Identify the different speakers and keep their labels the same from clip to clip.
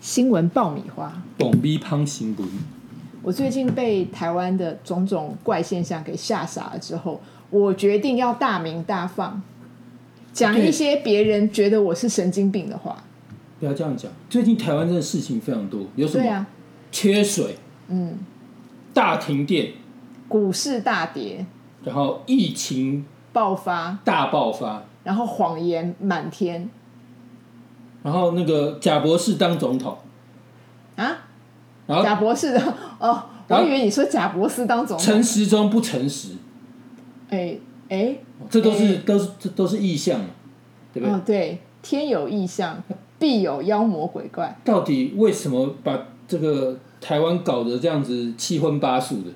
Speaker 1: 新闻爆米花。
Speaker 2: 蹦逼胖新闻，
Speaker 1: 我最近被台湾的种种怪现象给吓傻了之后，我决定要大鸣大放，讲一些别人觉得我是神经病的话。
Speaker 2: 不要这样讲。最近台湾真的事情非常多，有什
Speaker 1: 对
Speaker 2: 么、
Speaker 1: 啊，
Speaker 2: 缺水、
Speaker 1: 嗯，
Speaker 2: 大停电，
Speaker 1: 股市大跌
Speaker 2: 然后疫情
Speaker 1: 爆发，
Speaker 2: 大爆发，
Speaker 1: 然后谎言满天
Speaker 2: 然后那个贾博士当总统，
Speaker 1: 啊！
Speaker 2: 然后
Speaker 1: 贾博士的哦，
Speaker 2: 啊
Speaker 1: 我以为你说贾博士当总统
Speaker 2: 诚，实中不诚实，
Speaker 1: 哎哎，
Speaker 2: 这都是、
Speaker 1: 哎
Speaker 2: 都是这都是意象嘛，对不对？
Speaker 1: 哦对，天有异象，必有妖魔鬼怪。
Speaker 2: 到底为什么把这个台湾搞得这样子七荤八素的？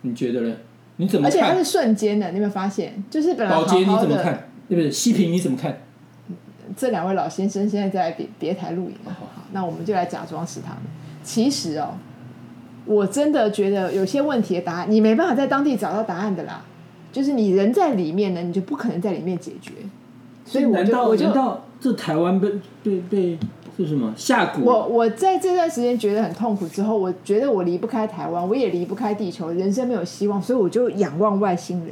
Speaker 2: 你觉得呢？你怎么
Speaker 1: 而且它
Speaker 2: 看？
Speaker 1: 是瞬间的，你有没有发现？就是本来好
Speaker 2: 宝洁你
Speaker 1: 好
Speaker 2: 怎么
Speaker 1: 的，
Speaker 2: 看？对不对？西平你怎么看？
Speaker 1: 这两位老先生现在在别别台露营了，
Speaker 2: 好
Speaker 1: 好，那我们就来假装是他们。其实哦，我真的觉得有些问题的答案，你没办法在当地找到答案的啦。就是你人在里面呢，你就不可能在里面解决。所以我
Speaker 2: 难
Speaker 1: 就
Speaker 2: 道
Speaker 1: 我就
Speaker 2: 嗯难道这台湾被被被是什么下蛊？哦
Speaker 1: 我我在这段时间觉得很痛苦之后，我觉得我离不开台湾，我也离不开地球，人生没有希望，所以我就仰望外星人。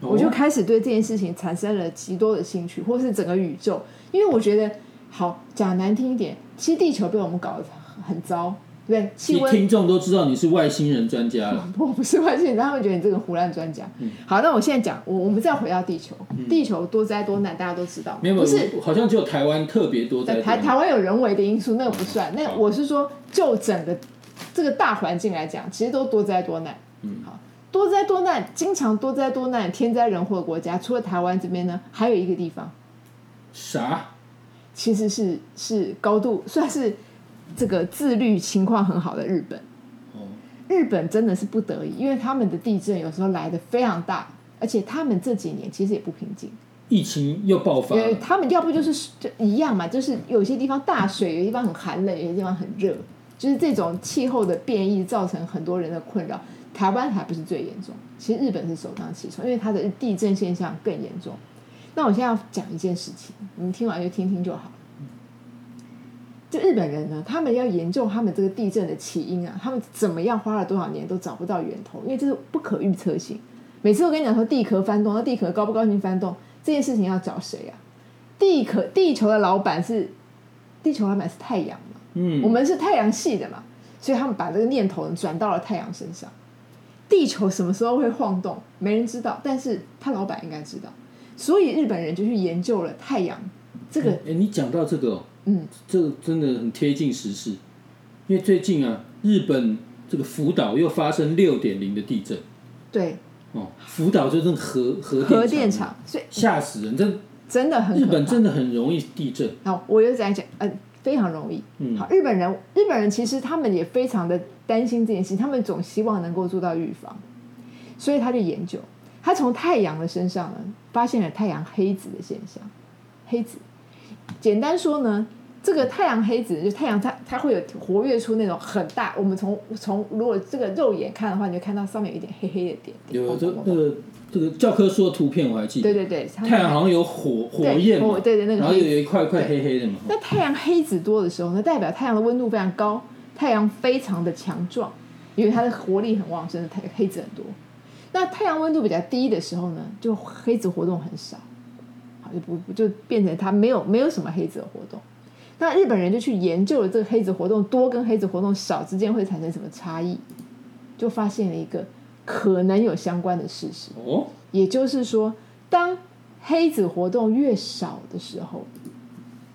Speaker 2: 哦
Speaker 1: 我就开始对这件事情产生了极多的兴趣，或是整个宇宙，因为我觉得，好讲难听一点，其实地球被我们搞得很糟，对不对？气
Speaker 2: 你
Speaker 1: 温
Speaker 2: 听众都知道你是外星人专家了。
Speaker 1: 我 不是外星人，他们觉得你这个胡乱专家。
Speaker 2: 嗯
Speaker 1: 好，那我现在讲，我我们再回到地球，地球多灾多难，大家都知道，
Speaker 2: 没有，没
Speaker 1: 不
Speaker 2: 有
Speaker 1: 是
Speaker 2: 好像只有台湾特别多在
Speaker 1: 台台湾有人为的因素，那个不算。那
Speaker 2: 好
Speaker 1: 我是说，就整个这个大环境来讲，其实都多灾多难。嗯，好，多灾多难，经常多灾多难、天灾人祸的国家，除了台湾这边呢，还有一个地方
Speaker 2: 啥？
Speaker 1: 其实是是高度算是这个自律情况很好的日本。
Speaker 2: 哦，
Speaker 1: 日本真的是不得已，因为他们的地震有时候来的非常大，而且他们这几年其实也不平静。
Speaker 2: 疫情又爆发
Speaker 1: 对，
Speaker 2: 了，
Speaker 1: 他们要不就是就一样嘛，就是有些地方大水，有些地方很寒冷，有些地方很热，就是这种气候的变异造成很多人的困扰。台湾还不是最严重，其实日本是首当其冲，因为它的地震现象更严重。那我现在要讲一件事情，你们听完就听听就好。就日本人呢，他们要研究他们这个地震的起因啊，他们怎么样花了多少年都找不到源头，因为这是不可预测性。每次我跟你讲说地壳翻动，那地壳高不高兴翻动这件事情要找谁啊？地壳地球的老板是地球老板是太阳嘛，
Speaker 2: 嗯，
Speaker 1: 我们是太阳系的嘛，所以他们把这个念头转到了太阳身上。地球什么时候会晃动，没人知道，但是他老板应该知道，所以日本人就去研究了太阳这个
Speaker 2: 哎、你讲到这个、哦，
Speaker 1: 嗯，
Speaker 2: 这个真的很贴近时事，因为最近啊，日本这个福岛又发生六点零的地震，
Speaker 1: 对
Speaker 2: 哦，福岛就是那个核核
Speaker 1: 核
Speaker 2: 电
Speaker 1: 电
Speaker 2: 厂，
Speaker 1: 厂，所以
Speaker 2: 吓死人！这
Speaker 1: 真的很可
Speaker 2: 日
Speaker 1: 怕
Speaker 2: 本真的很容易地震，
Speaker 1: 好，我就讲一讲，呃，非常容易。
Speaker 2: 嗯
Speaker 1: 好，日本人，日本人其实他们也非常的担心这件事，他们总希望能够做到预防，所以他就研究，他从太阳的身上呢，发现了太阳黑子的现象。黑子，简单说呢，这个太阳黑子就是太阳它它会有活跃出那种很大，我们从从如果这个肉眼看的话，你就看到上面有一点黑黑的点点。
Speaker 2: 有
Speaker 1: 砰
Speaker 2: 这
Speaker 1: 砰砰
Speaker 2: 那个这个教科书的图片我还记
Speaker 1: 对
Speaker 2: 得，
Speaker 1: 对对，它
Speaker 2: 太阳好像有火火焰嘛，
Speaker 1: 对对对那个
Speaker 2: 然后
Speaker 1: 黑
Speaker 2: 有一块块黑黑的嘛，
Speaker 1: 那太阳黑子多的时候呢，代表太阳的温度非常高，太阳非常的强壮，因为它的活力很旺盛，太黑子很多。那太阳温度比较低的时候呢，就黑子活动很少，好就不不就变成它没有没有什么黑子的活动。那日本人就去研究了这个黑子活动多跟黑子活动少之间会产生什么差异，就发现了一个可能有相关的事实。
Speaker 2: 哦，
Speaker 1: 也就是说，当黑子活动越少的时候，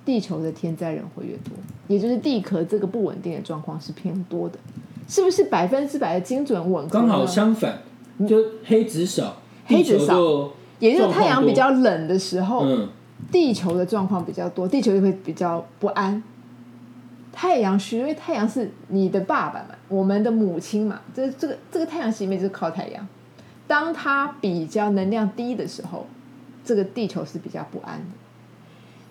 Speaker 1: 地球的天灾人祸越多，也就是地壳这个不稳定的状况是偏多的，是不是百分之百的精准吻合？
Speaker 2: 刚好，相反，就黑子少，地
Speaker 1: 啊嗯黑子
Speaker 2: 球
Speaker 1: 少哦
Speaker 2: 就
Speaker 1: 也就是
Speaker 2: 状况
Speaker 1: 太阳
Speaker 2: 多
Speaker 1: 比较冷的时候，
Speaker 2: 嗯，
Speaker 1: 地球的状况比较多，地球就会比较不安。太阳虚，因为太阳是你的爸爸嘛，我们的母亲嘛，这这个这个太阳系里面就是靠太阳。当它比较能量低的时候，这个地球是比较不安的。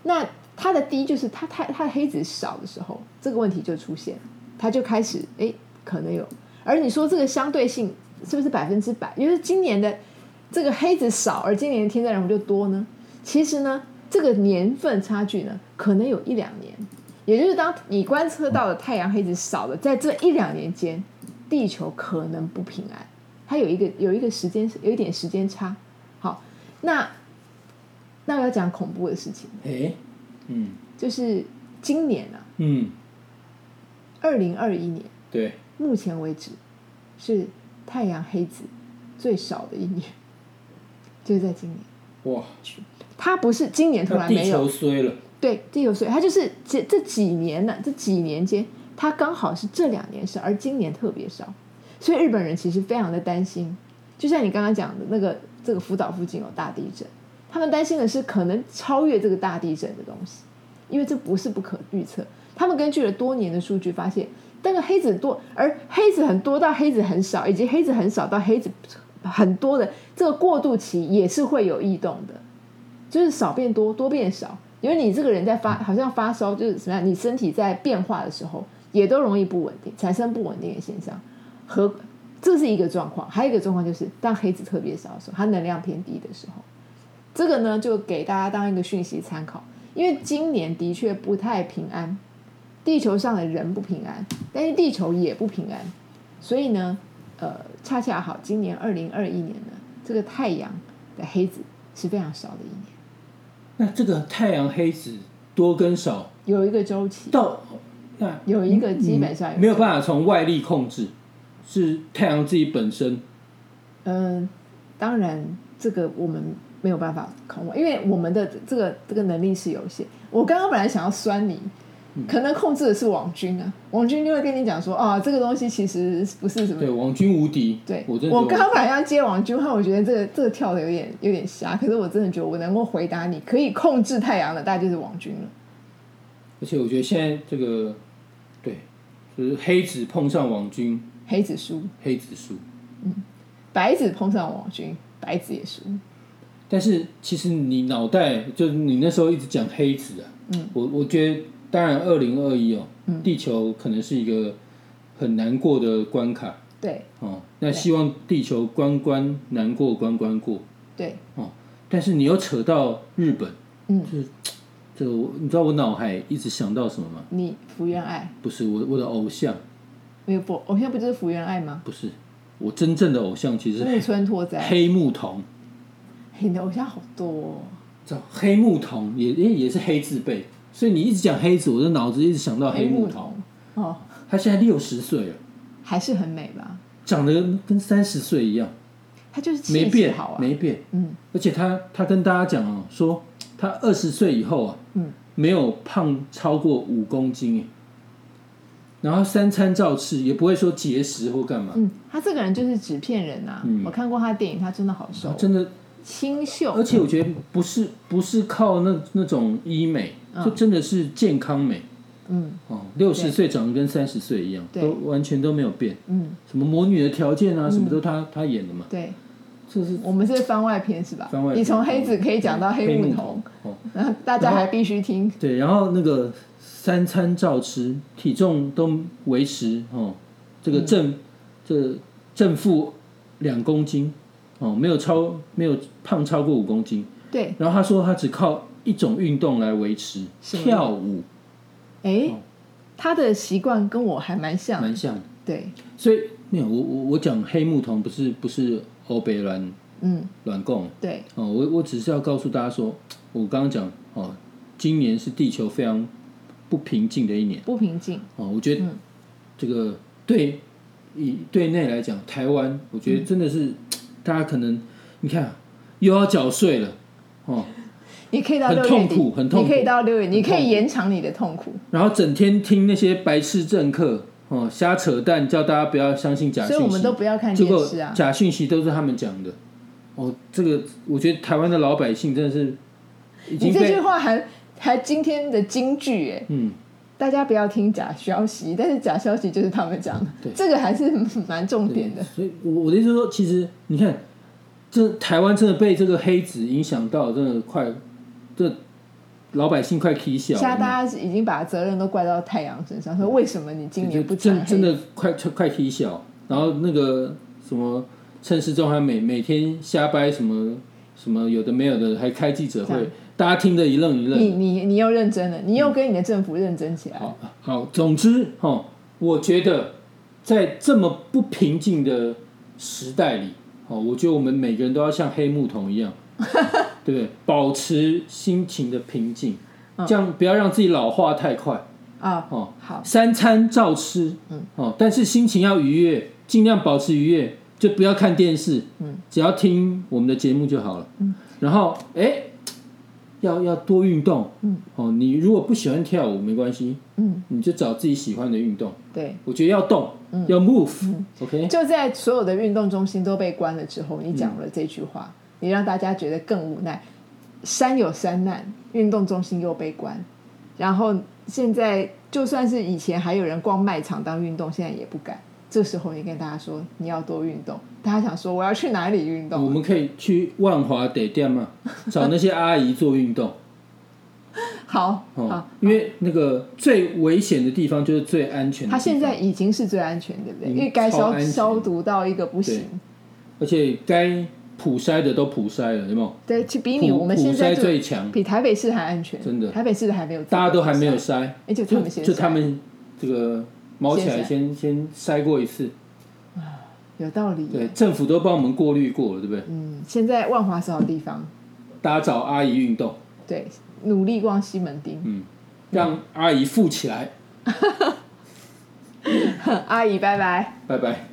Speaker 1: 那它的低就是它太它的黑子少的时候，这个问题就出现了，它就开始哎可能有。而你说这个相对性是不是百分之百？也就是今年的这个黑子少，而今年的天灾人祸就多呢？其实呢，这个年份差距呢，可能有一两年，也就是当你观测到的太阳黑子少了，在这一两年间，地球可能不平安，它有一个有一个时间有一点时间差。好，那那我要讲恐怖的事情，
Speaker 2: 哎，嗯
Speaker 1: 就是今年啊，
Speaker 2: 嗯，
Speaker 1: 二零二一年，
Speaker 2: 对，
Speaker 1: 目前为止是太阳黑子最少的一年，就是在今年。
Speaker 2: 哇，
Speaker 1: 它不是今年突
Speaker 2: 那
Speaker 1: 然没
Speaker 2: 地
Speaker 1: 有，
Speaker 2: 球衰了，
Speaker 1: 对，地球水，它就是这这几年呢，这几年间，它刚好是这两年少，而今年特别少，所以日本人其实非常的担心，就像你刚刚讲的那个这个福岛附近有大地震，他们担心的是可能超越这个大地震的东西，因为这不是不可预测。他们根据了多年的数据发现，那个黑子多，而黑子很多到黑子很少，以及黑子很少到黑子很多的这个过渡期也是会有异动的。就是少变多，多变少。因为你这个人在发，好像发烧就是什么样，你身体在变化的时候，也都容易不稳定，产生不稳定的现象。和这是一个状况，还有一个状况就是，当黑子特别少的时候，它能量偏低的时候，这个呢就给大家当一个讯息参考。因为今年的确不太平安，地球上的人不平安，但是地球也不平安，所以呢，呃，恰恰好今年二零二一年呢，这个太阳的黑子是非常少的一年。
Speaker 2: 那这个太阳黑子多跟少
Speaker 1: 有一个周期，
Speaker 2: 到那嗯
Speaker 1: 有一个基本上有
Speaker 2: 没有办法从外力控制，是太阳自己本身。
Speaker 1: 嗯、当然这个我们没有办法控因为我们的这个这个能力是有限。我刚刚本来想要酸你，
Speaker 2: 嗯
Speaker 1: 可能控制的是网军啊，网军就会跟你讲说，啊，这个东西其实不是什么。
Speaker 2: 对，王军无敌。
Speaker 1: 对，
Speaker 2: 我真的
Speaker 1: 我
Speaker 2: 觉
Speaker 1: 刚
Speaker 2: 得
Speaker 1: 刚本来要接网军，但我觉得这个这个跳的有点有点瞎，可是我真的觉得我能够回答你，可以控制太阳的，大概就是网军了。
Speaker 2: 而且我觉得现在这个，对，就是黑子碰上网军，
Speaker 1: 黑子输，
Speaker 2: 黑子输。
Speaker 1: 白子碰上网军，白子也输。
Speaker 2: 但是其实你脑袋就是你那时候一直讲黑子啊，嗯，我我觉得当然二零二一哦，
Speaker 1: 嗯
Speaker 2: 地球可能是一个很难过的关卡
Speaker 1: 对
Speaker 2: 哦。那希望地球关关难过关关过，哦
Speaker 1: 对，
Speaker 2: 但是你又扯到日本，
Speaker 1: 嗯，
Speaker 2: 就是这我你知道我脑海一直想到什么吗？
Speaker 1: 你福原爱
Speaker 2: 不是我我的偶像，
Speaker 1: 没有不，偶像不就是福原爱吗？
Speaker 2: 不是我真正的偶像，其实
Speaker 1: 木
Speaker 2: 是
Speaker 1: 村拓哉，
Speaker 2: 黑木瞳。
Speaker 1: 你的偶像好多、哦。
Speaker 2: 知道黑木瞳也也也是黑字辈，所以你一直讲黑子，我的脑子一直想到黑木瞳。
Speaker 1: 哦，
Speaker 2: 他现在六十岁了，
Speaker 1: 还是很美吧？
Speaker 2: 长得跟三十岁一样，
Speaker 1: 她就是气
Speaker 2: 没
Speaker 1: 质
Speaker 2: 变
Speaker 1: 好，啊。
Speaker 2: 没变。
Speaker 1: 嗯，
Speaker 2: 而且他他跟大家讲哦，说他二十岁以后啊，
Speaker 1: 嗯，
Speaker 2: 没有胖超过五公斤耶，然后三餐照吃，也不会说节食或干嘛，
Speaker 1: 嗯，她这个人就是纸片人呐、
Speaker 2: 嗯啊
Speaker 1: 我看过她的电影，她真的好瘦，
Speaker 2: 真啊的。
Speaker 1: 清秀
Speaker 2: 而。且我觉得不是不是靠那那种医美，
Speaker 1: 嗯
Speaker 2: 就真的是健康美。
Speaker 1: 嗯
Speaker 2: 哦，六十岁长得跟三十岁一样，
Speaker 1: 对
Speaker 2: 都完全都没有变。
Speaker 1: 嗯，
Speaker 2: 什么魔女的条件啊，什么都他他演的嘛，
Speaker 1: 对，
Speaker 2: 这是
Speaker 1: 我们是番外篇是吧？
Speaker 2: 番外篇。嗯
Speaker 1: 你从黑子可以讲到
Speaker 2: 黑
Speaker 1: 木
Speaker 2: 瞳
Speaker 1: 头，，
Speaker 2: 哦，
Speaker 1: 然后大家还必须听。
Speaker 2: 对，然后那个三餐照吃，体重都维持哦，这个正、
Speaker 1: 嗯
Speaker 2: 这正负两公斤哦，没有超没有胖超过五公斤。
Speaker 1: 对，
Speaker 2: 然后他说他只靠一种运动来维持，
Speaker 1: 什么
Speaker 2: 跳舞
Speaker 1: 哎
Speaker 2: 哦，
Speaker 1: 她的习惯跟我还蛮像。
Speaker 2: 蛮像的。
Speaker 1: 对，
Speaker 2: 所以没有我我我讲黑木瞳不是不是欧北软
Speaker 1: 嗯，
Speaker 2: 软供
Speaker 1: 对，
Speaker 2: 哦，我我只是要告诉大家说，我刚刚讲哦，今年是地球非常不平静的一年
Speaker 1: 不平静。
Speaker 2: 哦，我觉得
Speaker 1: 嗯
Speaker 2: 这个对以对内来讲，台湾我觉得真的是、大家可能你看啊又要缴税了哦，
Speaker 1: 你可以到
Speaker 2: 很
Speaker 1: 六月
Speaker 2: 痛
Speaker 1: 底
Speaker 2: 苦很痛苦
Speaker 1: 你可以到六月，你可
Speaker 2: 很痛
Speaker 1: 以
Speaker 2: 苦
Speaker 1: 延长你的痛苦。
Speaker 2: 然后整天听那些白痴政客哦瞎扯淡，叫大家不要相信假
Speaker 1: 所以我
Speaker 2: 讯
Speaker 1: 们
Speaker 2: 息
Speaker 1: 都。不要看
Speaker 2: 结
Speaker 1: 电
Speaker 2: 果
Speaker 1: 视啊。
Speaker 2: 假讯息都是他们讲的。哦，这个我觉得台湾的老百姓真的是已
Speaker 1: 你
Speaker 2: 经
Speaker 1: 这句
Speaker 2: 被
Speaker 1: 话还还今天的金句哎，
Speaker 2: 嗯，
Speaker 1: 大家不要听假消息，但是假消息就是他们讲的，这个还是蛮重点的。
Speaker 2: 所以我我的意思是说，其实你看，这台湾真的被这个黑子影响到，真的快，这老百姓快踢笑
Speaker 1: 现在
Speaker 2: 了。
Speaker 1: 大家已经把责任都怪到太阳身上，说为什么你今
Speaker 2: 就
Speaker 1: 年不长黑
Speaker 2: 真真的快快踢笑，然后那个什么陈世忠还每每天瞎掰什么什么有的没有的，还开记者
Speaker 1: 这
Speaker 2: 会
Speaker 1: 样，
Speaker 2: 大家听得一愣一愣。
Speaker 1: 你你你又认真了，你又跟你的政府认真起来。
Speaker 2: 嗯好好，总之哦，我觉得在这么不平静的时代里，哦，我觉得我们每个人都要像黑木桶一 样，对不对？保持心情的平静，这样不要让自己老化太快。
Speaker 1: 啊，
Speaker 2: 哦
Speaker 1: 好，
Speaker 2: 三餐照吃，嗯，哦，但是心情要愉悦，尽量保持愉悦，就不要看电视，嗯，只要听我们的节目就好了，嗯，然后哎，要要多运动，嗯，哦，你如果不喜欢跳舞没关系，
Speaker 1: 嗯，
Speaker 2: 你就找自己喜欢的运动，
Speaker 1: 对，
Speaker 2: 我觉得要动，
Speaker 1: 嗯
Speaker 2: 要 move，OK，、
Speaker 1: 就在所有的运动中心都被关了之后，你讲了这句话，你让大家觉得更无奈。山有山难，运动中心又被关，然后现在就算是以前还有人逛卖场当运动，现在也不敢。这时候你跟大家说你要多运动，大家想说我要去哪里运动？
Speaker 2: 我们可以去万华得 店嘛，找那些阿姨做运动，
Speaker 1: 好，
Speaker 2: 哦
Speaker 1: 好，，
Speaker 2: 因为那个最危险的地方就是最安全的地方，
Speaker 1: 它现在已经是最安全，对不对？
Speaker 2: 嗯
Speaker 1: 因为该
Speaker 2: 超
Speaker 1: 消
Speaker 2: 安全
Speaker 1: 消毒到一个不行。
Speaker 2: 而且该普筛的都普筛了，有没有？
Speaker 1: 对，去比你
Speaker 2: 普
Speaker 1: 我们现在
Speaker 2: 普筛
Speaker 1: 就
Speaker 2: 最强
Speaker 1: 比台北市还安全，
Speaker 2: 真的
Speaker 1: 台北市的还没有，
Speaker 2: 大家都还没有，筛，
Speaker 1: 哎，就他
Speaker 2: 就
Speaker 1: 们先
Speaker 2: 就
Speaker 1: 筛
Speaker 2: 他们这个毛起来
Speaker 1: 先
Speaker 2: 先先筛过一次，
Speaker 1: 有道理。
Speaker 2: 对，政府都帮我们过滤过了，对不对？
Speaker 1: 嗯，现在万华是好地方，
Speaker 2: 大家找阿姨运动，
Speaker 1: 对，努力逛西门町，
Speaker 2: 嗯，让阿姨富起来，
Speaker 1: 阿姨拜拜。
Speaker 2: 拜拜。